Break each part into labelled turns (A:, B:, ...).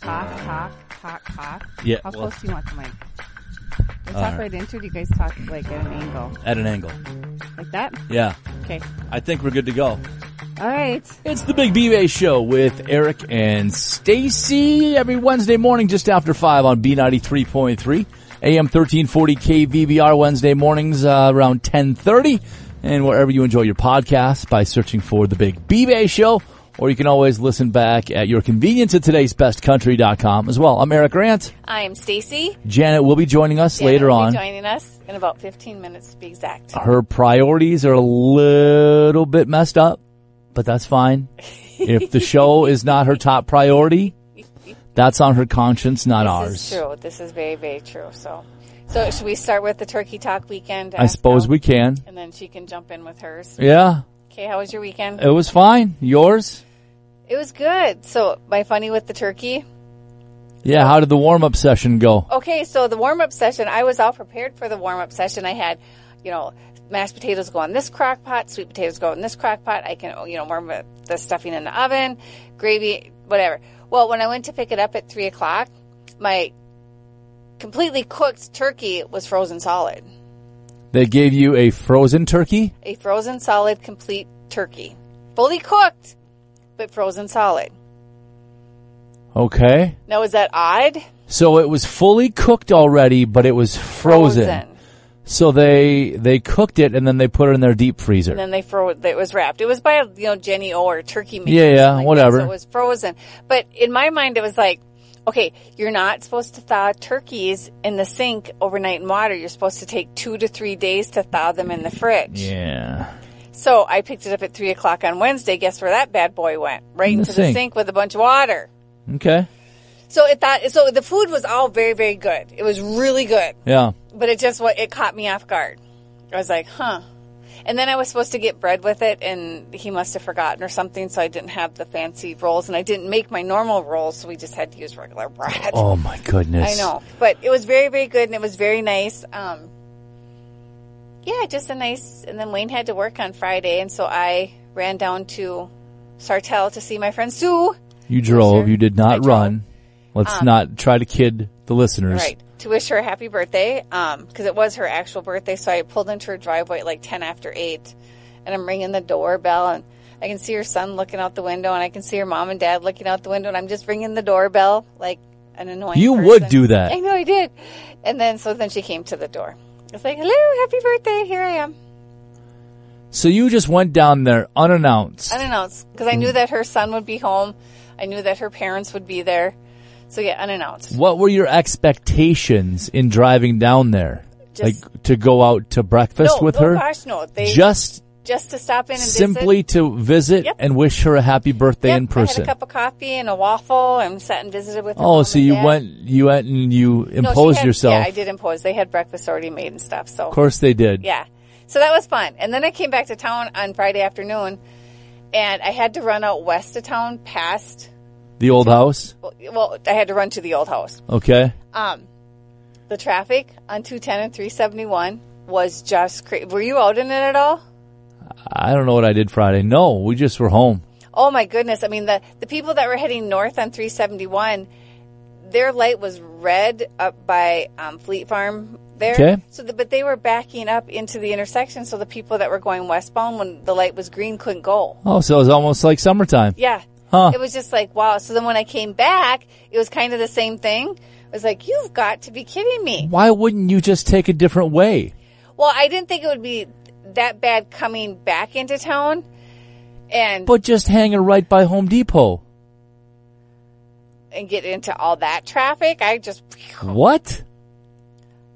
A: talk, talk, talk, talk?
B: Yeah,
A: How
B: well-
A: close do you want the mic? Do you talk right into it? Do you guys talk like at an angle?
B: at an angle.
A: Like that?
B: Yeah.
A: Okay.
B: I think we're good to go.
A: All right.
B: It's the Big B-Bay Show with Eric and Stacy every Wednesday morning just after 5 on B93.3, AM 1340 KVBR Wednesday mornings uh, around 1030 and wherever you enjoy your podcast by searching for the Big B-Bay Show or you can always listen back at your convenience at today'sbestcountry.com as well. I'm Eric Grant.
C: I am Stacy.
B: Janet will be joining us later
C: Janet will be
B: on.
C: joining us in about 15 minutes to be exact.
B: her priorities are a little bit messed up, but that's fine. if the show is not her top priority, that's on her conscience, not ours.
C: This is true. This is very, very true. So, so should we start with the turkey talk weekend?
B: I suppose we can.
C: And then she can jump in with hers.
B: Yeah,
C: Okay, how was your weekend?
B: it was fine. Yours?
C: It was good. So, my funny with the turkey.
B: Yeah, how did the warm up session go?
C: Okay, so the warm up session, I was all prepared for the warm up session. I had, you know, mashed potatoes go in this crock pot, sweet potatoes go in this crock pot. I can, you know, warm up the stuffing in the oven, gravy, whatever. Well, when I went to pick it up at three o'clock, my completely cooked turkey was frozen solid.
B: They gave you a frozen turkey?
C: A frozen solid complete turkey. Fully cooked, but frozen solid.
B: Okay.
C: Now, is that odd?
B: So it was fully cooked already, but it was frozen. So they they cooked it and then they put it in their deep freezer.
C: And then they froze. It was wrapped. It was by you know Jenny O or Turkey Meat. or
B: Yeah, yeah,
C: something like that,
B: whatever.
C: So it was frozen. But in my mind, it was like, okay, you're not supposed to thaw turkeys in the sink overnight in water. You're supposed to take two to three days to thaw them in the fridge.
B: Yeah.
C: So I picked it up at three o'clock on Wednesday. Guess where that bad boy went? Right
B: In the
C: into the
B: sink.
C: sink with a bunch of water.
B: Okay.
C: So it thought so the food was all very very good. It was really good
B: Yeah.
C: but it just wa- it caught me off guard. I was like, huh. And then I was supposed to get bread with it, and he must have forgotten or something, so I didn't have the fancy rolls, and I didn't make my normal rolls, so we just had to use regular bread.
B: Oh my goodness.
C: I know, but it was very, very good, and it was very nice. Um, yeah, just a nice. And then Wayne had to work on Friday, and so I ran down to Sartell to see my friend Sue.
B: You drove.
C: sir.
B: You did
C: I
B: not
C: drove. Um,
B: run. Let's not try to kid the listeners.
C: Right. To wish her a happy birthday, um, because it was her actual birthday. So I pulled into her driveway at like 10 after 8, and I'm ringing the doorbell, and I can see her son looking out the window, and I can see her mom and dad looking out the window, and I'm just ringing the doorbell like an annoying
B: You
C: person.
B: would do that.
C: I know I did. And then, so then she came to the door. It's like, hello, happy birthday, here I am.
B: So you just went down there unannounced.
C: Uh, Unannounced, because I knew that her son would be home, I knew that her parents would be there. So yeah, unannounced.
B: What were your expectations in driving down there?
C: Just-
B: like to go out to breakfast
C: no,
B: with
C: oh
B: her?
C: gosh, no. They, just,
B: just
C: to stop in and visit.
B: simply to visit
C: Yep.
B: and wish her a happy birthday
C: Yep,
B: in person.
C: I had a cup of coffee and a waffle and sat and visited with. her
B: oh,
C: mom
B: so
C: and
B: you
C: dad.
B: went you went and you
C: No, she
B: imposed
C: had-
B: yourself.
C: Yeah, I did impose. They had breakfast already made and stuff. So
B: Of course they did.
C: yeah, so that was fun. And then I came back to town on Friday afternoon, and I had to run out west of town past.
B: The old house.
C: Well, I had to run to the old house.
B: Okay.
C: Um, the traffic on two ten and three seventy one was just crazy. Were you out in it at all?
B: I don't know what I did Friday. No, we just were home.
C: Oh my goodness. I mean, the, the people that were heading north on 371, their light was red up by um, Fleet Farm there.
B: Okay.
C: So, the, but they were backing up into the intersection. So the people that were going westbound when the light was green couldn't go.
B: Oh, so it was almost like summertime.
C: Yeah.
B: Huh.
C: It was just like, wow. So then when I came back, it was kind of the same thing. I was like, you've got to be kidding me.
B: Why wouldn't you just take a different way?
C: Well, I didn't think it would be that bad coming back into town. And,
B: But just hanging right by Home Depot.
C: and get into all that traffic. I just
B: What?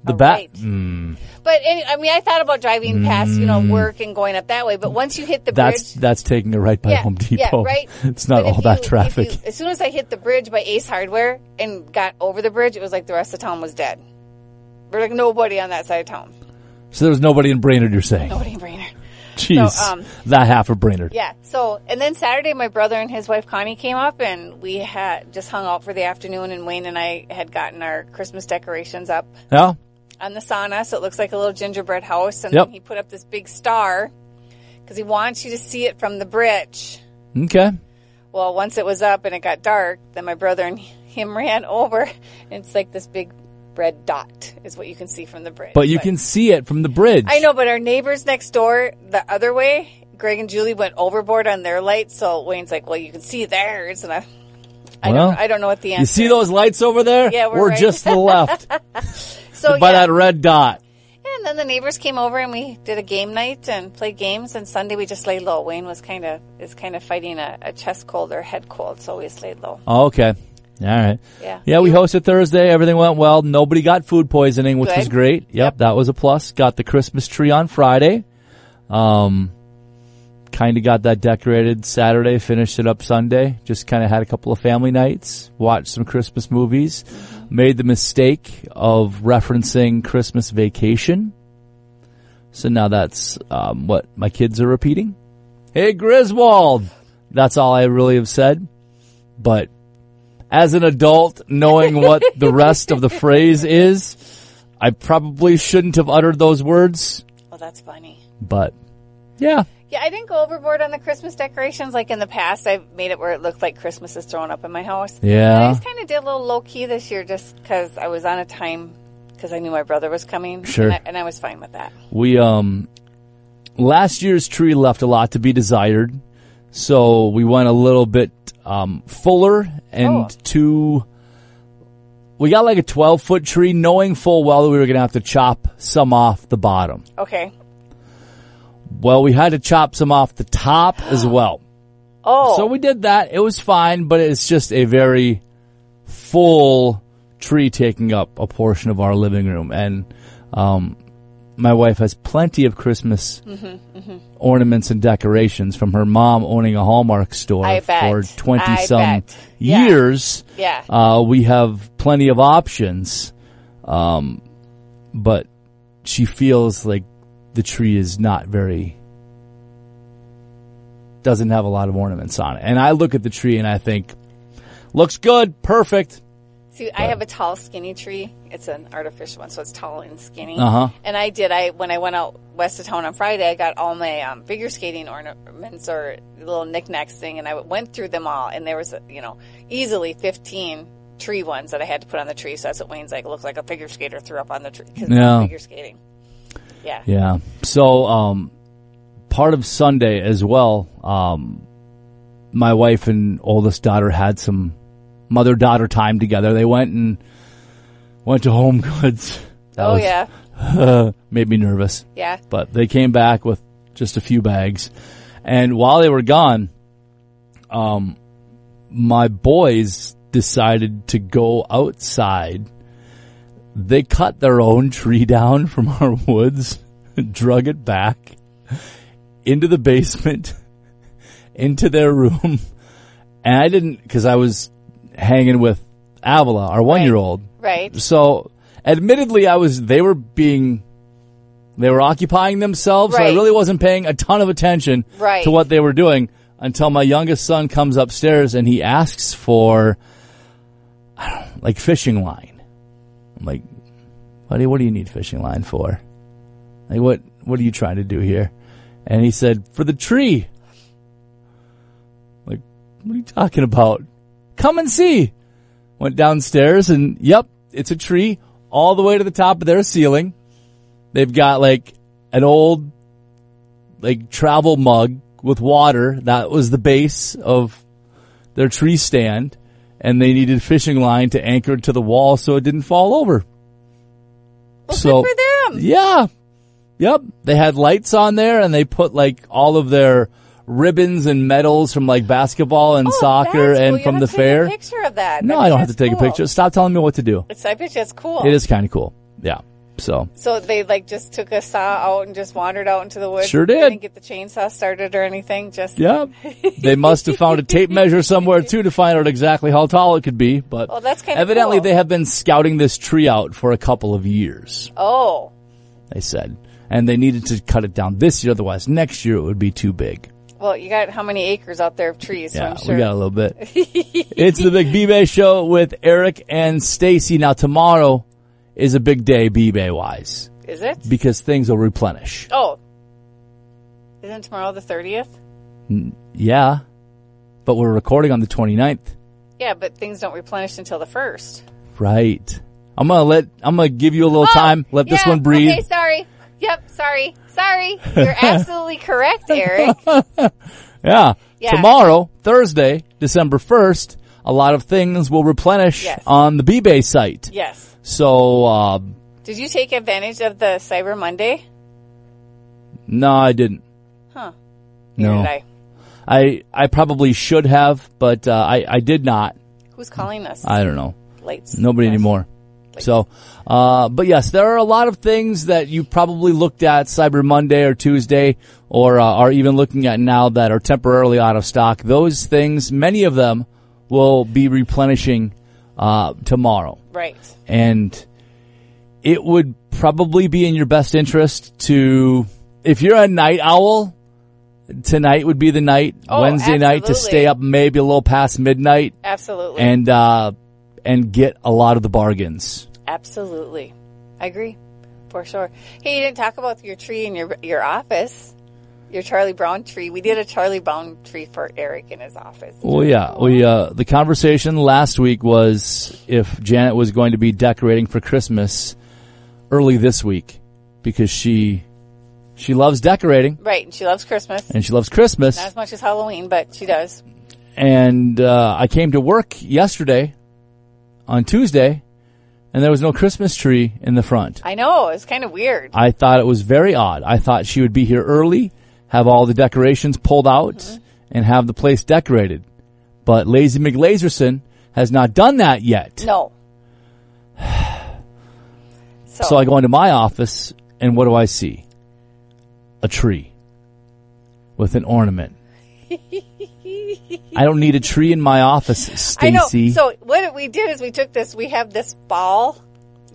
B: The mm,
C: All
B: bat.
C: Oh, right. But any, I mean, I thought about driving past, you know, work and going up that way. But once you hit the
B: Mm. That's
C: bridge,
B: that's taking it right by
C: yeah,
B: Home Depot.
C: yeah, right.
B: It's not
C: But if
B: all that
C: you- if
B: traffic.
C: you- as soon as I hit the bridge by Ace Hardware and got over the bridge, it was like the rest of town was dead. There's like nobody on that side of town.
B: so there's nobody in Brainerd. You're saying,
C: Nobody in Brainerd.
B: jeez,
C: um,
B: that half of Brainerd.
C: Yeah. So, and then Saturday, my brother and his wife Connie came up, and we had just hung out for the afternoon. And Wayne and I had gotten our Christmas decorations up
B: Yeah?
C: on the sauna, so it looks like a little gingerbread house. And
B: Yep.
C: then he put up this big star because he wants you to see it from the bridge.
B: Okay.
C: Well, once it was up and it got dark, then my brother and him ran over. And it's like this big red dot is what you can see from the bridge.
B: But you can see it from the bridge.
C: I know, but our neighbors next door, the other way, Greg and Julie went overboard on their lights. So Wayne's like, "Well, you can see theirs," and I, I
B: Well,
C: don't, I don't know what the answer.
B: You see those lights over there?
C: Yeah, we're right.
B: just to the left
C: so
B: by
C: yeah.
B: that red dot.
C: And then the neighbors came over and we did a game night and played games. And Sunday we just laid low. Wayne was kind of is kind of fighting a, a chest cold or head cold, so we just laid low.
B: Oh, okay. All right.
C: Yeah.
B: Yeah, we hosted Thursday. Everything went well. Nobody got food poisoning, which was
C: Good.
B: great. Yep, that was a plus. Got the Christmas tree on Friday. Um, kind of got that decorated Saturday. Finished it up Sunday. Just kind of had a couple of family nights. Watched some Christmas movies. Made the mistake of referencing Christmas Vacation. So now that's um, what my kids are repeating. Hey Griswold. That's all I really have said. But as an adult, knowing what the rest of the phrase is, I probably shouldn't have uttered those words,
C: Well, that's funny.
B: but yeah.
C: Yeah, I didn't go overboard on the Christmas decorations like in the past. I made it where it looked like Christmas is thrown up in my house. And I
B: Yeah.
C: just kind of did a little low key this year just because I was on a time because I knew my brother was coming.
B: Sure.
C: And I, and I was fine with that.
B: We, um, last year's tree left a lot to be desired, so we went a little bit, um, fuller and
C: Oh.
B: too. We got like a 12 foot tree, knowing full well that we were going to have to chop some off the bottom.
C: Okay.
B: Well, we had to chop some off the top as well.
C: Oh.
B: So we did that. It was fine, but it's just a very full tree taking up a portion of our living room. And um, my wife has plenty of Christmas
C: Mm-hmm,
B: ornaments and decorations from her mom owning a Hallmark store
C: I bet.
B: for 20
C: I
B: some
C: bet. Yeah.
B: years.
C: yeah.
B: Uh, we have plenty of options, um, but she feels like the tree is not very doesn't have a lot of ornaments on it. And I look at the tree and I think, looks good, perfect.
C: See, I have a tall, skinny tree. It's an artificial one, so it's tall and skinny.
B: Uh-huh.
C: And I did. I when I went out west of town on Friday, I got all my um, figure skating ornaments or little knickknacks thing, and I went through them all. And there was, you know, easily fifteen tree ones that I had to put on the tree. So that's what Wayne's like. Looked like a figure skater threw up on the tree because
B: Yeah.
C: figure skating. Yeah.
B: Yeah. So, um, part of Sunday as well, um, my wife and oldest daughter had some mother daughter time together. They went and went to Home Goods. That
C: Oh
B: was-
C: yeah.
B: Uh, made me nervous.
C: Yeah.
B: But they came back with just a few bags. And while they were gone, um, my boys decided to go outside. They cut their own tree down from our woods, drug it back into the basement, into their room. And I didn't, cause I was hanging with Avila, our one year old.
C: Right.
B: So, admittedly, I was. They were being. They were occupying themselves, so I
C: Right.
B: really wasn't paying a ton of attention
C: Right.
B: to what they were doing until my youngest son comes upstairs and he asks for, I don't know, like fishing line. I'm like, buddy, what do you need fishing line for? Like, what what are you trying to do here? And he said, for the tree. Like, what are you talking about? Come and see. Went downstairs and yep, it's a tree all the way to the top of their ceiling. They've got like an old like travel mug with water. That was the base of their tree stand and they needed fishing line to anchor it to the wall so it didn't fall over.
C: Well,
B: so-
C: good for them.
B: Yeah. Yep. They had lights on there and they put like all of their ribbons and medals from like basketball and
C: Oh,
B: soccer
C: that's cool.
B: and
C: You
B: from
C: have
B: the
C: to take a
B: fair.
C: picture of that.
B: No,
C: bet
B: I
C: you
B: don't have to
C: that's
B: take a
C: cool.
B: picture. Stop telling me what to do.
C: It's, I bet you it's cool.
B: It is kind of cool. Yeah. So
C: So they like just took a saw out and just wandered out into the woods.
B: Sure
C: They
B: did.
C: Didn't get the chainsaw started or anything. Just
B: yeah, they must have found a tape measure somewhere too to find out exactly how tall it could be. But
C: Well, that's kinda
B: evidently
C: cool.
B: they have been scouting this tree out for a couple of years.
C: oh
B: They said, and they needed to cut it down this year, otherwise next year it would be too big.
C: well, you got how many acres out there of trees?
B: Yeah,
C: so I'm sure.
B: we got a little bit. it's the Big B-Bay Show with Eric and Stacy. Now tomorrow is a big day B-Bay wise
C: Is it?
B: because things will replenish.
C: oh, isn't tomorrow the thirtieth?
B: Yeah, but we're recording on the 29th.
C: Yeah, but things don't replenish until the first.
B: Right. I'm gonna let I'm gonna give you a little time. Let this
C: Oh, yeah,
B: one breathe.
C: Okay, sorry. Yep, sorry. Sorry. You're absolutely correct, Eric.
B: Yeah.
C: Yeah.
B: Tomorrow, Thursday, December 1st, a lot of things will replenish
C: Yes.
B: on the B-Bay site.
C: Yes.
B: So, uh,
C: Did you take advantage of the Cyber Monday?
B: no, I didn't.
C: Huh.
B: No.
C: Did I?
B: I, I probably should have, but, uh, I, I did not.
C: Who's calling us?
B: I don't know.
C: Lights.
B: Nobody
C: Yes.
B: anymore. So, uh, but yes, there are a lot of things that you probably looked at Cyber Monday or Tuesday or uh, are even looking at now that are temporarily out of stock. Those things, many of them will be replenishing, uh, tomorrow.
C: Right.
B: and it would probably be in your best interest to if you're a night owl tonight would be the night
C: Oh,
B: wednesday night to
C: absolutely.
B: stay up maybe a little past midnight
C: Absolutely.
B: and uh and get a lot of the bargains
C: Absolutely. I agree. For sure. Hey, you didn't talk about your tree in your your office. Your Charlie Brown tree. We did a Charlie Brown tree for Eric in his office.
B: well yeah we uh the conversation last week was if janet was going to be decorating for christmas early this week because she she loves decorating
C: Right, and she loves Christmas.
B: and she loves christmas
C: Not as much as Halloween, but she does.
B: and uh, I came to work yesterday on Tuesday, and there was no Christmas tree in the front.
C: I know, it's kind of weird.
B: I thought it was very odd. I thought she would be here early, have all the decorations pulled out,
C: Uh-huh.
B: and have the place decorated. But Lazy McLazerson has not done that yet.
C: No. So,
B: So I go into my office, and what do I see? A tree with an ornament. I don't need a tree in my office, Stacy.
C: I know. So what we did is we took this, we have this ball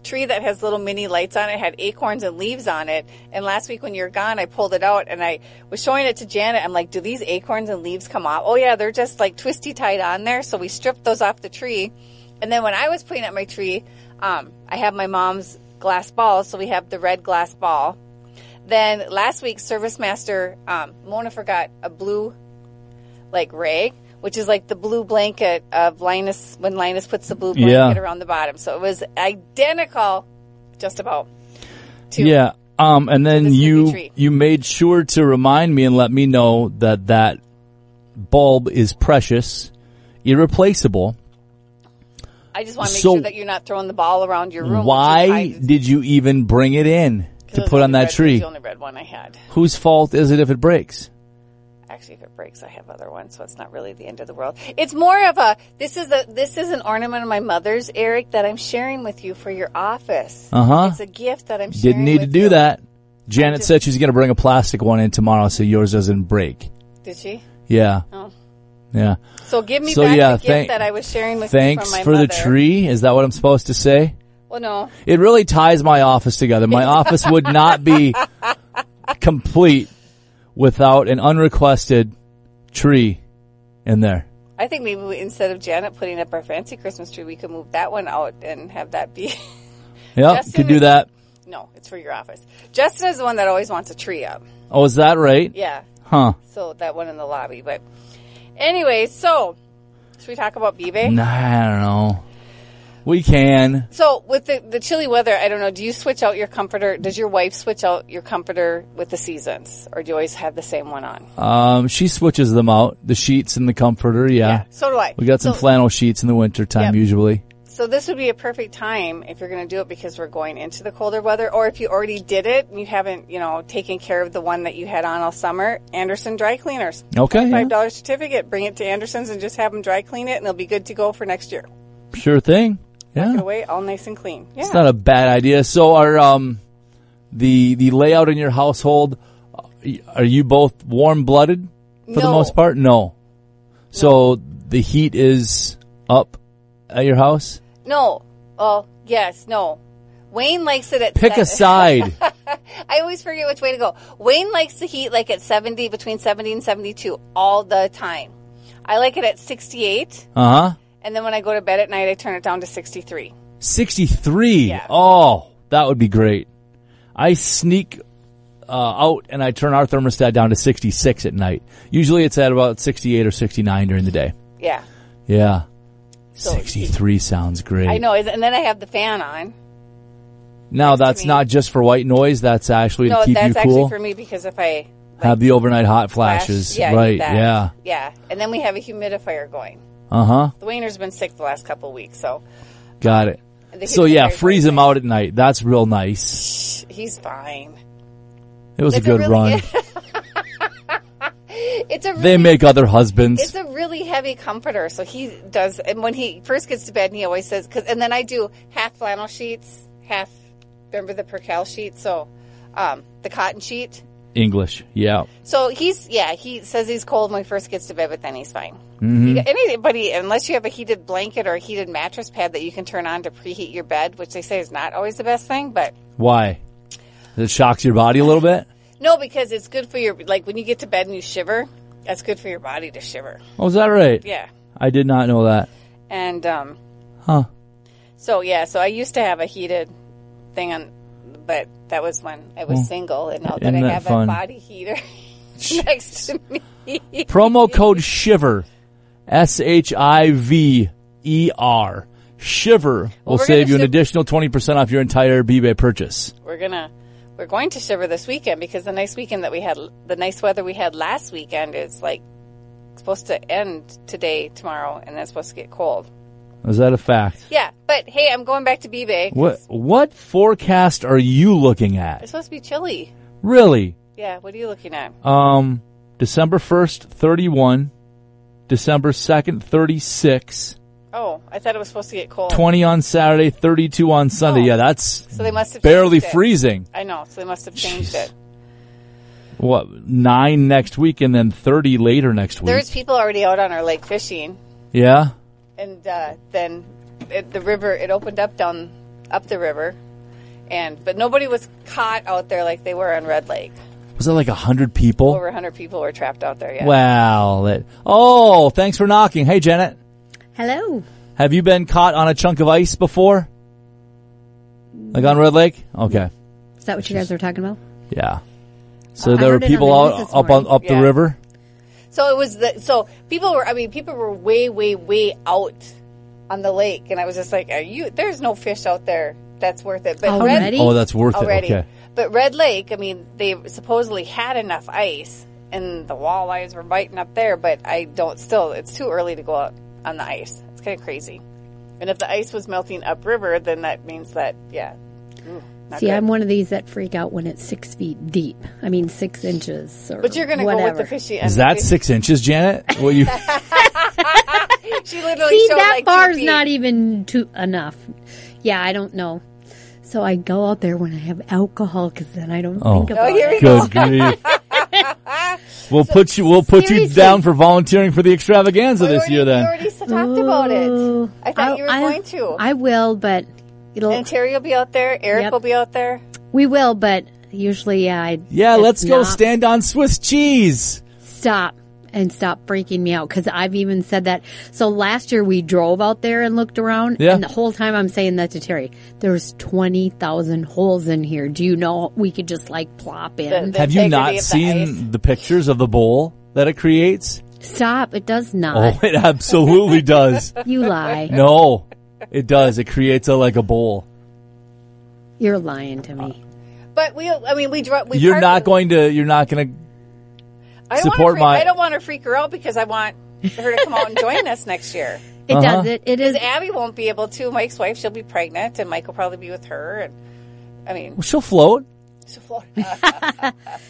C: tree that has little mini lights on it, had acorns and leaves on it. And last week when you were gone, I pulled it out and I was showing it to Janet. I'm like, do these acorns and leaves come off? Oh yeah, they're just like twisty tied on there. So we stripped those off the tree. And then when I was putting up my tree, um, I have my mom's glass ball. So we have the red glass ball. Then last week, Service Master um, Mona forgot a blue like rag, which is like the blue blanket of Linus when Linus puts the blue blanket
B: Yeah.
C: around the bottom. So it was identical, just about. To
B: Yeah. Um, and then
C: this would be
B: you
C: treat.
B: you made sure to remind me and let me know that that bulb is precious, irreplaceable.
C: I just want to make
B: So-
C: sure that you're not throwing the ball around your room.
B: Why did you even bring it in to put on that tree?
C: The only red one I had.
B: Whose fault is it if it breaks?
C: Actually, if it breaks, I have other ones, so it's not really the end of the world. It's more of a this is a this is an ornament of my mother's, Eric, that I'm sharing with you for your office.
B: Uh huh.
C: It's a gift that I'm sharing.
B: Didn't need to
C: with
B: do
C: you.
B: that. Janet said she's going to bring a plastic one in tomorrow so yours doesn't break.
C: Did she?
B: Yeah.
C: Oh.
B: Yeah.
C: So give me
B: So,
C: back
B: yeah,
C: the gift
B: thank-
C: that I was sharing with you
B: Thanks
C: from my
B: for
C: mother.
B: the tree. Is that what I'm supposed to say?
C: Well, no.
B: It really ties my office together. My office would not be complete without an unrequested tree in there.
C: I think maybe we, instead of Janet putting up our fancy Christmas tree, we could move that one out and have that be.
B: Yep,
C: Justin
B: could do
C: is-
B: that.
C: no, it's for your office. Justin is the one that always wants a tree up.
B: Oh, is that right?
C: Yeah.
B: Huh.
C: So that one in the lobby. But anyway, so should we talk about Bibe?
B: Nah, I don't know. We can.
C: So with the, the chilly weather, I don't know. Do you switch out your comforter? Does your wife switch out your comforter with the seasons, or do you always have the same one on?
B: Um, she switches them out, the sheets and the comforter. Yeah.
C: So do I.
B: We got some
C: So-
B: flannel sheets in the wintertime
C: Yep.
B: usually.
C: So this would be a perfect time if you're going to do it because we're going into the colder weather, or if you already did it and you haven't, you know, taken care of the one that you had on all summer. Anderson Dry Cleaners,
B: Okay. yeah.
C: five dollar certificate. Bring it to Anderson's and just have them dry clean it, and they'll be good to go for next year.
B: Sure thing. Yeah.
C: Get away all nice and clean. Yeah,
B: It's not a bad idea. So are um the the layout in your household uh, are you both warm blooded for the
C: No.
B: most part? No. So the heat is up at your house?
C: no. Oh yes, no. Wayne likes it at.
B: Pick a
C: se-
B: side.
C: I always forget which way to go. Wayne likes the heat like at seventy, between seventy and seventy-two, all the time. I like it at sixty-eight.
B: uh huh.
C: And then when I go to bed at night, I turn it down to 63.
B: Sixty three.
C: Yeah.
B: Oh, that would be great. I sneak uh, out and I turn our thermostat down to sixty six at night. Usually it's at about sixty eight or sixty nine during the day.
C: Yeah.
B: Yeah.
C: So
B: Sixty-three sounds great.
C: I know, and then I have the fan on.
B: Now that's
C: me.
B: not just for white noise. That's actually
C: No,
B: to keep
C: that's
B: you cool.
C: actually for me because if I
B: Have the overnight hot
C: flash,
B: flashes,
C: yeah, I need
B: right?
C: that.
B: Yeah.
C: yeah, and then we have a humidifier going.
B: Uh huh.
C: Dwayner's been sick the last couple weeks, so
B: Got it.
C: The
B: So
C: humidifier
B: yeah,
C: is
B: freeze
C: really
B: them out at night. That's real nice.
C: he's fine.
B: It was a
C: It's a
B: good
C: really-
B: run.
C: It's a really,
B: they make other husbands.
C: It's a really heavy comforter, so he does. And when he first gets to bed, he always says, "Cause." And then I do half flannel sheets, half remember the percale sheet, so um, the cotton sheet.
B: English. Yeah.
C: So he's yeah, he says he's cold when he first gets to bed, but then he's fine. He- anybody, unless you have a heated blanket or a heated mattress pad that you can turn on to preheat your bed, which they say is not always the best thing, but
B: Why? It shocks your body a little bit.
C: no, because it's good for your like when you get to bed and you shiver, that's good for your body to shiver.
B: Oh, is that right?
C: Yeah,
B: I did not know that.
C: and um,
B: Huh.
C: so yeah, so I used to have a heated thing on, but that was when I was single, and now that I
B: Hmm. isn't that
C: have
B: fun?
C: a body heater next to me.
B: Promo code Shiver, S H I V E R. Shiver will
C: we're
B: save
C: gonna
B: you an
C: ship-
B: additional twenty percent off your entire eBay purchase.
C: we're gonna we're going to shiver this weekend because the nice weekend that we had the nice weather we had last weekend is like supposed to end today tomorrow and then it's supposed to get cold
B: Is that a fact?
C: yeah but hey i'm going back to b-bay 'cause
B: What what forecast are you looking at?
C: it's supposed to be chilly
B: Really?
C: yeah what are you looking at
B: Um, December first, thirty-one. December second, thirty-six.
C: oh i thought it was supposed to get cold
B: Twenty on Saturday, thirty-two on Sunday.
C: Oh.
B: Yeah, that's
C: so they must have
B: barely
C: changed it.
B: freezing.
C: i know so they must have changed
B: Jeez.
C: it
B: What nine next week, and then thirty later next week.
C: there's people already out on our lake fishing
B: yeah.
C: and uh, then it, the river it opened up down up the river and but nobody was caught out there like they were on red lake
B: Was it like a hundred people?
C: over 100 people were trapped out there yeah
B: Wow. That, oh, thanks for knocking. Hey, Janet.
D: Hello.
B: Have you been caught on a chunk of ice before? Like on Red Lake? Okay.
D: Is that what you guys were talking about?
B: Yeah. So
D: I
B: there were
D: heard it on
B: people
D: the
B: out
D: news this
B: up on
D: morning.
B: up the
C: Yeah.
B: river.
C: so it was the so people were i mean people were way way way out on the lake and i was just like are you there's no fish out there that's worth it but red
D: Already?
B: Oh, that's worth
C: already
B: it. Okay.
C: but red lake i mean they supposedly had enough ice and the walleyes were biting up there but i don't still it's too early to go out on the ice it's kind of crazy and if the ice was melting upriver then that means that yeah Ooh, not
D: See,
C: good.
D: I'm one of these that freak out when it's six feet deep. I mean, six inches. Or
C: but you're gonna go with the
D: whatever.
C: fishy
B: Is that six inches, Janet? Well, you
C: She literally
D: See,
C: showed
D: that
C: like two
D: bar's
C: feet.
D: not even too enough. Yeah, I don't know. So I go out there when I have alcohol because then I don't
B: Oh.
D: think
C: Oh,
D: about
C: here we
D: it.
C: go.
B: good grief.
C: Ah,
B: We'll put you. We'll put you
D: seriously.
B: down for volunteering for the extravaganza
C: We
B: this
C: already-
B: year. Then
C: we already s- talked about it.
D: Ooh.
C: I thought you were
D: I-
C: going to.
D: I will, but it'll.
C: and Terry will be out there. Eric
D: Yep.
C: will be out there.
D: we will, but usually, yeah. I,
B: yeah,
D: it's
B: let's go
D: not-
B: stand on Swiss cheese.
D: stop and stop freaking me out because I've even said that. So last year we drove out there and looked around,
B: Yeah.
D: and the whole time I'm saying that to Terry, there's twenty thousand holes in here. Do you know we could just like plop in?
C: The
B: Have you
C: integrity
B: not
C: of the
B: seen the pictures of the bowl that it creates?
D: stop! It does
B: Oh,
D: not.
B: it absolutely does.
D: You lie.
B: No, it does. It creates a like a bowl.
D: You're lying to me.
C: But we, I mean, we drove. We
B: You're
C: parked-
B: not going to. You're not going to.
C: I don't wanna
B: support
C: freak-
B: my-
C: I don't want to freak her out because I want her to come out and join us next year.
D: It
B: Uh-huh.
D: does it. It is.
C: Abby won't be able to. Mike's wife, she'll be pregnant, and Mike will probably be with her. And I mean,
B: Well, she'll float.
C: she's Florida.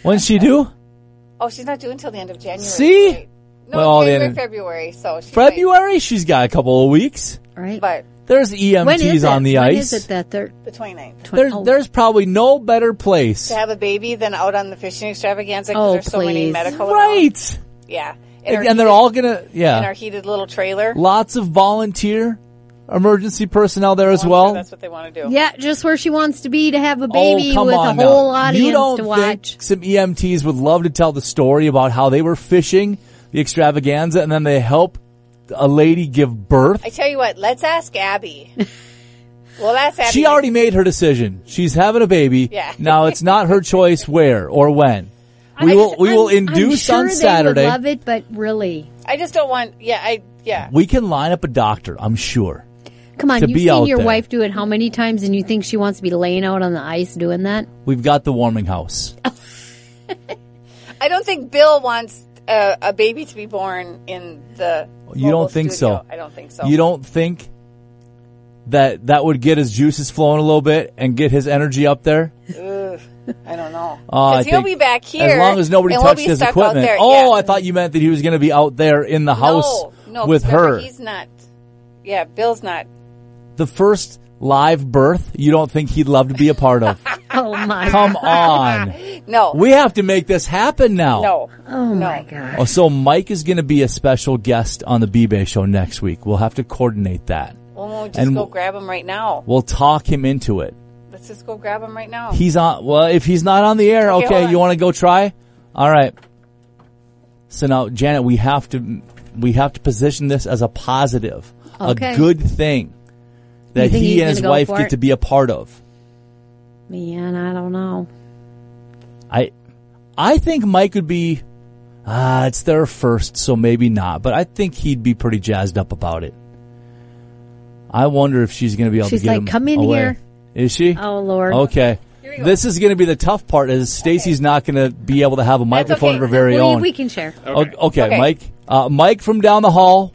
B: When's she do?
C: oh, she's not due until the end of January.
B: See?
C: right? No,
B: Well, the
C: January,
B: end-
C: February. So she might-
B: February. She's got a couple of weeks.
D: Right.
C: but
B: There's
D: When is
B: EMTs
D: it?
B: on the
D: When
B: ice.
D: is it the third?
C: the 29th.
D: Twen-
B: There's
D: oh,
B: there's probably no better place.
C: To have a baby than out on the fishing extravaganza because
D: Oh,
C: there's so many
D: please.
C: medical. around.
B: Right.
C: Yeah. And,
B: And,
C: our
B: and they're
C: heated-
B: all gonna
C: in
B: yeah.
C: our heated little trailer.
B: Lots of volunteer emergency personnel there as
C: I'm sure
B: well.
C: that's what they want to do.
D: yeah, just where she wants to be to have a
B: Oh,
D: baby
B: come
D: with a
B: on now.
D: whole audience
B: you don't
D: to
B: think
D: watch.
B: Some EMTs would love to tell the story about how they were fishing the extravaganza and then they help a lady give birth.
C: I tell you what, let's ask Abby. well, that's Abby.
B: she already made her decision. She's having a baby.
C: Yeah.
B: Now it's not her choice where or when. We
D: I
B: will-
D: just-
B: we will
D: I'm- I'm
B: induce
D: sure
B: on
D: they would
B: Saturday.
D: love it, but really,
C: I just don't want. Yeah, I yeah.
B: We can line up a doctor, I'm sure.
D: come on.
B: To
D: You've
B: be
D: seen
B: out
D: your
B: there.
D: wife do it how many times, and you think she wants to be laying out on the ice doing that?
B: We've got the warming house.
C: I don't think Bill wants a, a baby to be born in the.
B: You don't
C: mobile
B: think
C: studio.
B: so.
C: I don't think so.
B: You don't think that that would get his juices flowing a little bit and get his energy up there?
C: I don't know.
B: Uh, I
C: Because he'll
B: think
C: be back here
B: As long as nobody
C: and
B: touched
C: we'll be
B: his
C: stuck
B: equipment.
C: Out there.
B: Oh,
C: yeah.
B: I thought you meant that he was going to be out there in the house
C: no, no,
B: with
C: remember,
B: her.
C: He's not. Yeah, Bill's not.
B: The first live birth, you don't think he'd love to be a part of.
D: Oh my!
B: Come on.
C: No,
B: We have to make this happen now.
C: no.
D: oh
C: no.
D: my god!
B: Oh, so Mike is going to be a special guest on the B-Bay show next week. We'll have to coordinate that.
C: Well, we'll just
B: And
C: go
B: w-
C: grab him right now.
B: We'll talk him into it.
C: Let's just go grab him right now.
B: He's on. Well, if he's not on the air,
C: Okay,
B: okay,
C: hold on.
B: you want to go try? All right. So now, Janet, we have to we have to position this as a positive,
D: Okay.
B: a good thing that
D: You think
B: he
D: he's
B: and his
D: gonna go
B: wife
D: for
B: get
D: it?
B: to be a part of.
D: Man, I don't know.
B: I I think Mike would be. Ah, it's their first, so maybe not. But I think he'd be pretty jazzed up about it. I wonder if she's going to be able
D: She's
B: to get
D: like,
B: him
D: "Come in
B: away."
D: here.
B: Is she?
D: Oh Lord!
B: Okay.
C: we go.
B: This is going to be the tough part. Is Stacy's not going to be able to have a microphone
C: okay.
B: of her very
D: we,
B: own?
D: we can share.
B: O- okay.
C: Okay.
B: Mike. Uh, Mike from down the hall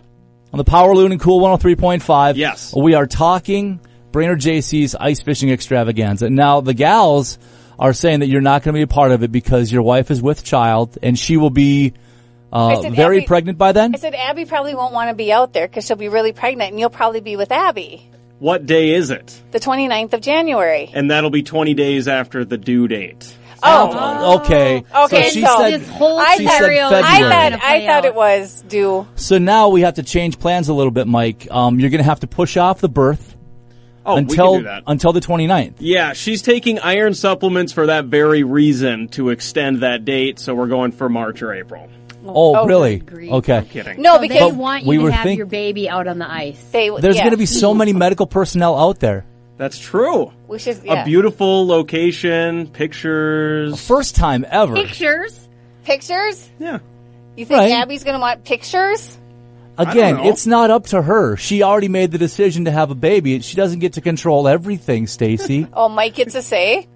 B: on the Power Loon and Cool One Hundred Three Point Five.
E: Yes.
B: we are talking Brainerd JC's ice fishing extravaganza. Now the gals are saying that you're not going to be a part of it because your wife is with child and she will be uh,
C: said
B: very
C: every-
B: pregnant by then.
C: I said Abby probably won't want to be out there because she'll be really pregnant, and you'll probably be with Abby
E: What day is it?
C: the 29th of January.
E: And that'll be 20 days after the due date.
C: Oh,
B: okay.
C: Okay,
B: So she
C: so-
B: said.
D: This whole
C: I
B: She said
D: scenario
C: I
B: February.
D: is not
C: thought
D: gonna
C: I
D: play
C: thought it
D: out.
C: was due.
B: So now we have to change plans a little bit, Mike. Um, you're going to have to push off the birth
E: Oh,
B: until
E: we can do that.
B: until the 29th.
E: yeah, she's taking iron supplements for that very reason to extend that date, so we're going for March or April.
B: Oh,
C: oh,
B: really?
D: agreed.
B: Okay.
E: Kidding.
C: No,
D: So they
C: because
D: want you
B: we
D: to
B: were
D: have
B: think-
D: your baby out on the ice.
C: they,
B: There's
C: yeah.
B: going to be so many medical personnel out there.
E: That's true.
C: we should yeah.
E: A beautiful location, pictures.
B: First time ever.
D: Pictures.
C: pictures.
E: Yeah.
C: You think
B: Right.
C: Abby's going to want pictures?
B: Again,
E: know.
B: it's not up to her. She already made the decision to have a baby. She doesn't get to control everything, Stacy.
C: Oh, Mike gets a say.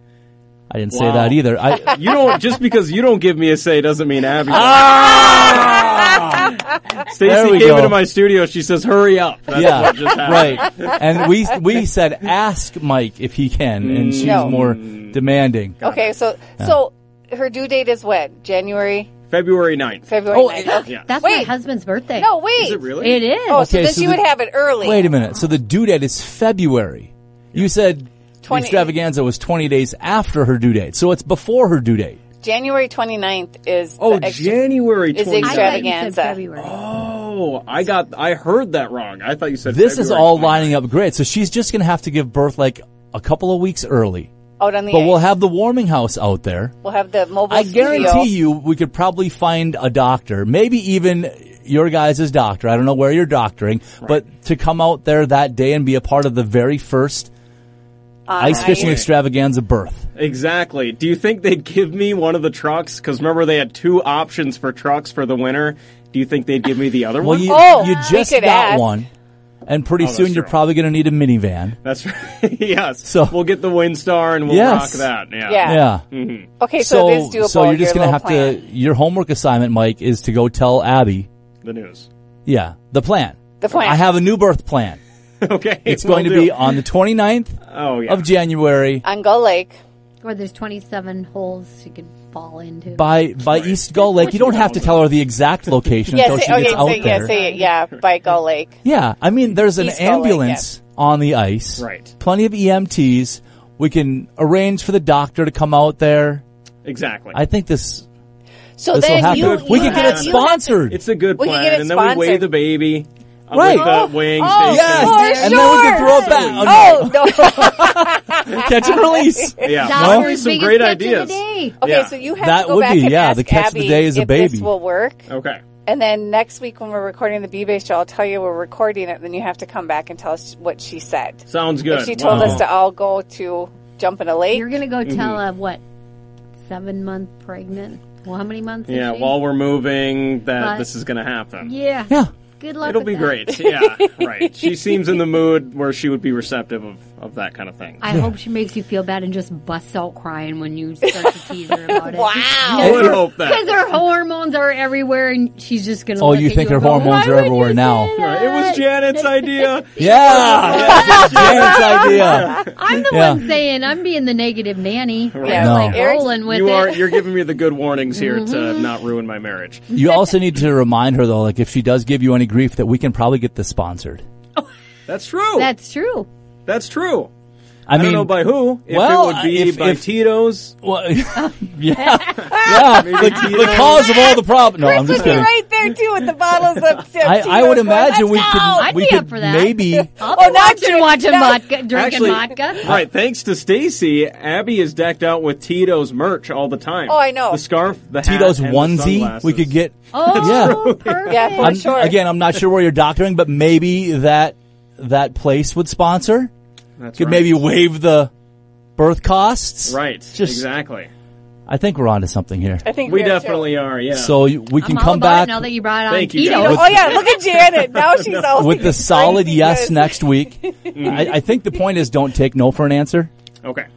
B: I didn't say
E: Wow.
B: that either. I,
E: You don't just because you don't give me a say doesn't mean Abby.
B: Ah, There we
E: Stacy came
B: go.
E: into my studio. She says, "Hurry up!" That's
B: Yeah,
E: what just happened.
B: right. And we we said ask Mike if he can, and she's
C: No.
B: more demanding.
C: Okay, so so her due date is when January,
E: February 9th.
C: February.
B: Oh,
C: 9th.
B: it-
C: okay.
E: Yeah.
D: That's my
C: Wait.
D: husband's birthday.
C: No, wait.
E: Is it really?
D: it is.
C: Oh, so
B: Okay,
C: then
B: so
C: she
B: the-
C: would have it early.
B: Wait a minute. So the due date is February. You said
C: 20
B: extravaganza was 20 days after her due date, so it's before her due date.
C: January 29th is
E: Oh,
C: the extra-
E: January
C: is
D: I
E: 29th.
D: thought you said
C: extravaganza.
D: February.
E: Oh, I got. I heard that wrong. I thought you said
B: This is
E: February
B: all
E: 29th.
B: lining up great. So she's just going to have to give birth like a couple of weeks early.
C: out on the.
B: But we'll
C: ice.
B: have the warming house out there.
C: We'll have the mobile.
B: I
C: studio.
B: guarantee you we could probably find a doctor, maybe even your guys' doctor. I don't know where you're doctoring, but to come out there that day and be a part of the very first ice fishing extravaganza birth.
E: Exactly. Do you think they'd give me one of the trucks? Because remember, they had two options for trucks for the winter. Do you think they'd give me the other
B: Well,
E: one?
B: you,
C: Oh,
B: you
C: we
B: just
C: could
B: got
C: ask.
B: one. And pretty
E: Oh, that's
B: soon you're
E: true.
B: probably going to need a minivan.
E: That's right. yes.
B: So-
E: we'll get the Windstar and we'll
B: Yes.
E: rock that. Yeah.
C: Yeah.
B: Yeah.
C: Okay, so, it
B: So,
C: is doable.
B: so you're just
C: your little
B: going to have
C: plan.
B: to, your homework assignment, Mike, is to go tell Abby,
E: The news.
B: yeah, the plan.
C: The plan.
B: I have a new birth plan.
E: okay.
B: It's
E: will
B: going to
E: do.
B: be on the 29th
E: Oh yeah.
B: of January.
C: on Gull Lake.
D: Or there's 27 holes she could fall into.
B: by by East Gull Lake. You don't have to tell her the exact location
C: Yeah,
B: until
C: say,
B: Oh, she
C: okay,
B: gets out
C: say, yeah,
B: there.
C: say it. Yeah, by Gull Lake.
B: yeah, I mean, there's an
C: East Gull Lake,
B: ambulance on the ice.
E: Right.
B: Plenty of EMTs. We can arrange for the doctor to come out there.
E: exactly.
B: I think this
C: So
B: this will
C: then
B: happen.
C: you,
B: we
C: you
B: can get
C: have-
B: it
C: you have to-
B: sponsored.
E: it's a good
C: We
E: plan,
C: could get it
E: and then we weigh
C: sponsored.
E: the baby. uh,
B: Right.
E: With the weighing
C: oh,
E: station.
B: yes,
C: For
B: and then we can
C: sure.
B: throw it back.
C: Oh no.
B: Catch and release.
E: Yeah.
D: Dollar's
E: Well, some
D: biggest
E: great
D: catch of the
E: ideas.
D: day.
C: Okay,
E: Yeah.
C: so you have
B: That
C: to go
B: would
C: back
B: be-
C: and
B: yeah,
C: ask
B: the catch of
C: Abby
B: the day is a
C: if
B: baby.
C: This will work.
E: Okay.
C: And then next week when we're recording the B-Bay show, I'll tell you we're recording it. Then you have to come back and tell us what she said.
E: Sounds good.
C: She told
E: Wow.
C: us to all go to jump in a lake.
D: You're going to go tell a, what, seven month pregnant? Well, how many months? is
E: Yeah,
D: she?
E: while we're moving, that
D: But-
E: this is going to happen.
D: yeah,
B: Yeah.
D: Good luck.
E: It'll
D: with
E: be
D: that.
E: great. Yeah, right. She seems in the mood where she would be receptive of, of that kind of thing.
D: I hope she makes you feel bad and just busts out crying when you start to tease her about it.
E: I
C: Wow.
E: would hope
D: Because
E: that.
D: her hormones are everywhere, and she's just gonna.
B: Oh,
D: look
B: you
D: at
B: think her
D: you and go,
B: hormones
D: "Why
B: are
D: would
B: everywhere
D: you
B: now?"
D: say
E: It was
D: that?"
E: Janet's idea.
B: Yeah, Janet's idea.
D: I'm the
B: Yeah.
D: one saying I'm being the negative nanny.
C: Yeah,
B: No.
C: like Eric's-
D: Rolling with
E: You
D: it. Mm-hmm.
E: are you're giving me the good warnings here to not ruin my marriage.
B: You also need to remind her though, like if she does give you any grief, that we can probably get this sponsored.
E: That's true.
D: That's true.
E: That's true.
B: I,
E: I
B: mean,
E: don't know by who. If
B: well,
E: it would be
B: if-
E: by
B: if-
E: Tito's.
B: Well, yeah, yeah. The, the cause of all the problem. No, I'm
C: Would
B: just
C: be
B: kidding.
C: right there too with the bottles of. of
B: I, I would
C: Tito's
B: imagine
C: going,
B: we
C: "Let's
B: could
C: go!"
D: I'd
B: we
D: be
B: could
D: up for that.
B: maybe
D: I'll
C: Oh,
D: be
C: not
D: watching,
C: you.
D: watching
C: No.
D: vodka, drinking
E: Actually,
D: vodka.
E: right. Thanks to Stacy, Abby is decked out with Tito's merch all the time.
C: Oh, I know.
E: The scarf, the hat,
B: Tito's
E: and the
B: onesie
E: sunglasses.
B: we could get.
D: Oh, perfect.
C: Yeah, for
B: I'm,
C: sure.
B: Again, I'm not sure where you're doctoring, but maybe that that place would sponsor.
E: That's
B: Could
E: right.
B: maybe waive the birth costs.
E: right.
B: Just-
E: exactly.
B: I think we're onto something here.
C: I think
E: We
C: are, too.
E: definitely are. Yeah.
B: So you- we can
D: I'm all
B: come
D: about it
B: back
D: now that you brought on
E: Thank you,
D: Tito.
E: guys.
C: Oh yeah, look at Janet. Now she's all
B: with the
C: thinking
B: solid
C: crazy
B: yes
C: good.
B: next week. I, I think the point is don't take no for an answer.
E: okay.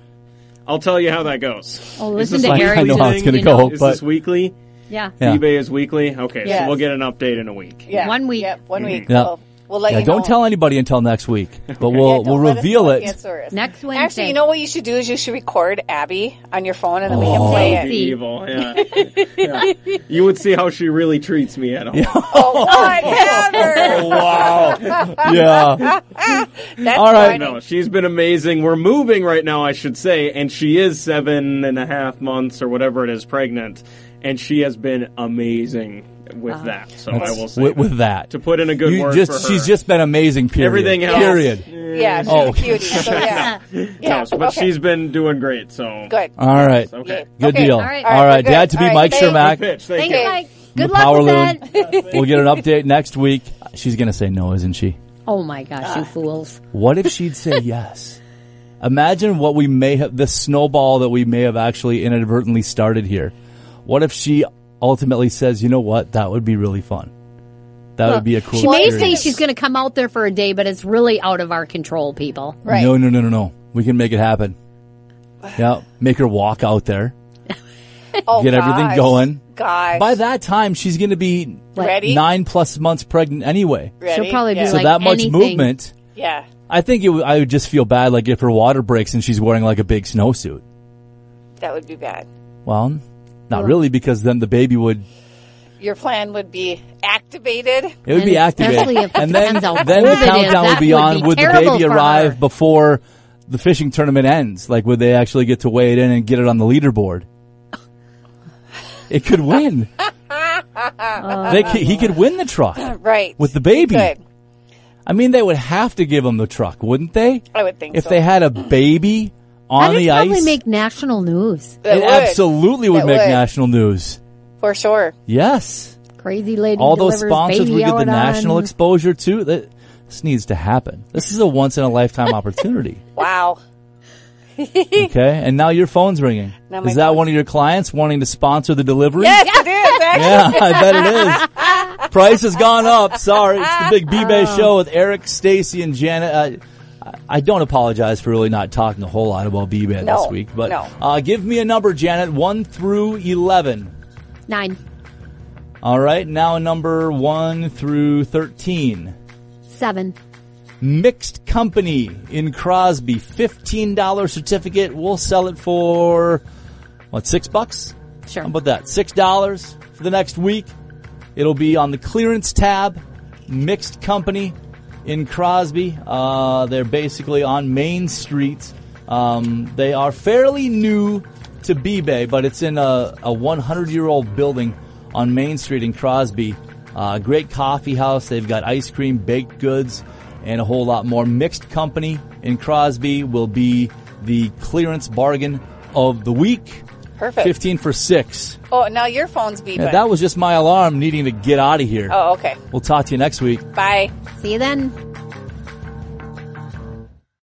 E: I'll tell you how that goes.
D: Oh, listen
E: Is this
D: to
E: like-
D: Eric.
B: I know how it's
D: just,
B: gonna
D: you know,
B: go.
E: Is
B: But-
E: this weekly?
D: Yeah.
B: Yeah.
E: eBay is weekly. Okay,
C: Yes.
E: so we'll get an update in a week.
C: Yeah.
D: One week.
C: Yep, one week.
B: Yeah.
C: We'll, we'll let
B: Yeah,
C: you
B: don't
C: know.
B: tell anybody until next week, but
C: Yeah,
B: we'll
C: don't
B: we'll
C: let us
B: reveal
C: know what
B: it.
C: the answer is.
D: Next Wednesday.
C: Actually, you know what you should do is you should record Abby on your phone and then we
B: Oh,
C: can play
E: That would
C: it.
E: be
D: See.
E: evil. Yeah. Yeah. You would see how she really treats me at home. Oh,
C: Oh, whatever.
B: Wow. yeah.
C: That's
B: All
C: funny.
B: right.
E: No, she's been amazing. We're moving right now, I should say, and she is seven and a half months or whatever it is pregnant, and she has been amazing with
C: Uh-huh.
E: that. So I will say
B: With,
E: that.
B: with that.
E: to put in a good
B: You
E: word
B: just
E: for her.
B: she's just been amazing period.
E: Everything else.
B: Period.
C: Yeah, she's
B: Oh.
C: a cutie. So, yeah. yeah.
E: knows, but
C: okay.
E: she's been doing great. So
C: good.
B: All right.
E: Okay.
B: Good
C: Okay.
B: deal.
C: All
D: right.
B: All right.
C: Good.
B: Dad to be
C: All right.
B: Mike
C: Thank you.
B: Shermack.
E: pitch. Thank,
D: Thank
E: you.
D: you, Mike. Good
B: the
D: luck
B: power
D: with
B: loon.
D: that.
B: We'll get an update next week. She's going to say no, isn't she?
D: Oh my gosh, you fools.
B: What if she'd say yes? Imagine what we may have, the snowball that we may have actually inadvertently started here. What if she ultimately says, you know what? That would be really fun. That would be a cool
D: She may say
B: experience.
D: she's going to come out there for a day, but it's really out of our control, people.
C: Right.
B: No, no, no, no, no. We can make it happen. Yeah. Make her walk out there.
C: Oh,
B: Get everything
C: gosh.
B: going.
C: Gosh.
B: By that time, she's going to be
C: Ready?
B: nine plus months pregnant anyway.
C: Ready?
D: She'll probably be
C: yeah.
B: So
D: like
B: that much
D: anything.
B: movement.
C: yeah.
B: I think it, w- I would just feel bad, like if her water breaks and she's wearing like a big snowsuit.
C: That would be bad.
B: Well, not really, because then the baby would
C: Your plan would be activated.
B: it would
D: And
B: be activated,
D: especially if it
B: and then
D: depends how
B: then the
D: cold it is,
B: countdown
D: that
B: would be
D: would
B: on.
D: be
B: would the
D: terrible
B: baby
D: for
B: arrive
D: her.
B: before the fishing tournament ends? Like, would they actually get to weigh it in and get it on the leaderboard? It could win. they could, he could win the truck.
C: Right.
B: With the baby.
C: Good.
B: I mean, they would have to give him the truck, wouldn't they?
C: I would think
B: If
C: so.
B: they had a baby on
D: That'd
B: the
D: probably
B: ice,
D: make national news.
C: That
B: it
C: would,
B: absolutely would
C: That
B: make
C: would.
B: national news.
C: For sure.
B: Yes.
D: Crazy lady.
B: all those
D: delivers
B: sponsors
D: baby
B: we get the
D: out
B: national
D: on-
B: exposure to that this needs to happen this is a once in a lifetime opportunity
C: Wow.
B: okay and now your phone's ringing
C: Now my
B: is that
C: phone's-
B: one of your clients wanting to sponsor the delivery
C: Yes, it is. Actually.
B: yeah i bet it is price has gone up sorry it's the big b-bay
C: Oh.
B: show with eric stacy and janet uh, I- I don't apologize for really not talking a whole lot about B-Bay
C: No,
B: this week, but
C: no.
B: uh, give me a number, Janet, 1 through 11.
D: Nine,
B: All right, now a number 1 through 13.
D: seven,
B: Mixed Company in Crosby, $15 certificate. We'll sell it for, what, six bucks?
D: sure.
B: How about that? $6 for the next week. It'll be on the clearance tab. Mixed Company in Crosby. Uh, they're basically on Main Street. Um, they are fairly new to B-Bay, but it's in a, a 100 year old building on Main Street in Crosby. Uh, great coffee house. They've got ice cream, baked goods, and a whole lot more. Mixed Company in Crosby will be the clearance bargain of the week.
C: Perfect.
B: 15 for 6.
C: Oh, now your phone's beeping.
B: Yeah, that was just my alarm needing to get out of here.
C: oh, okay.
B: We'll talk to you next week.
C: Bye.
D: See you then.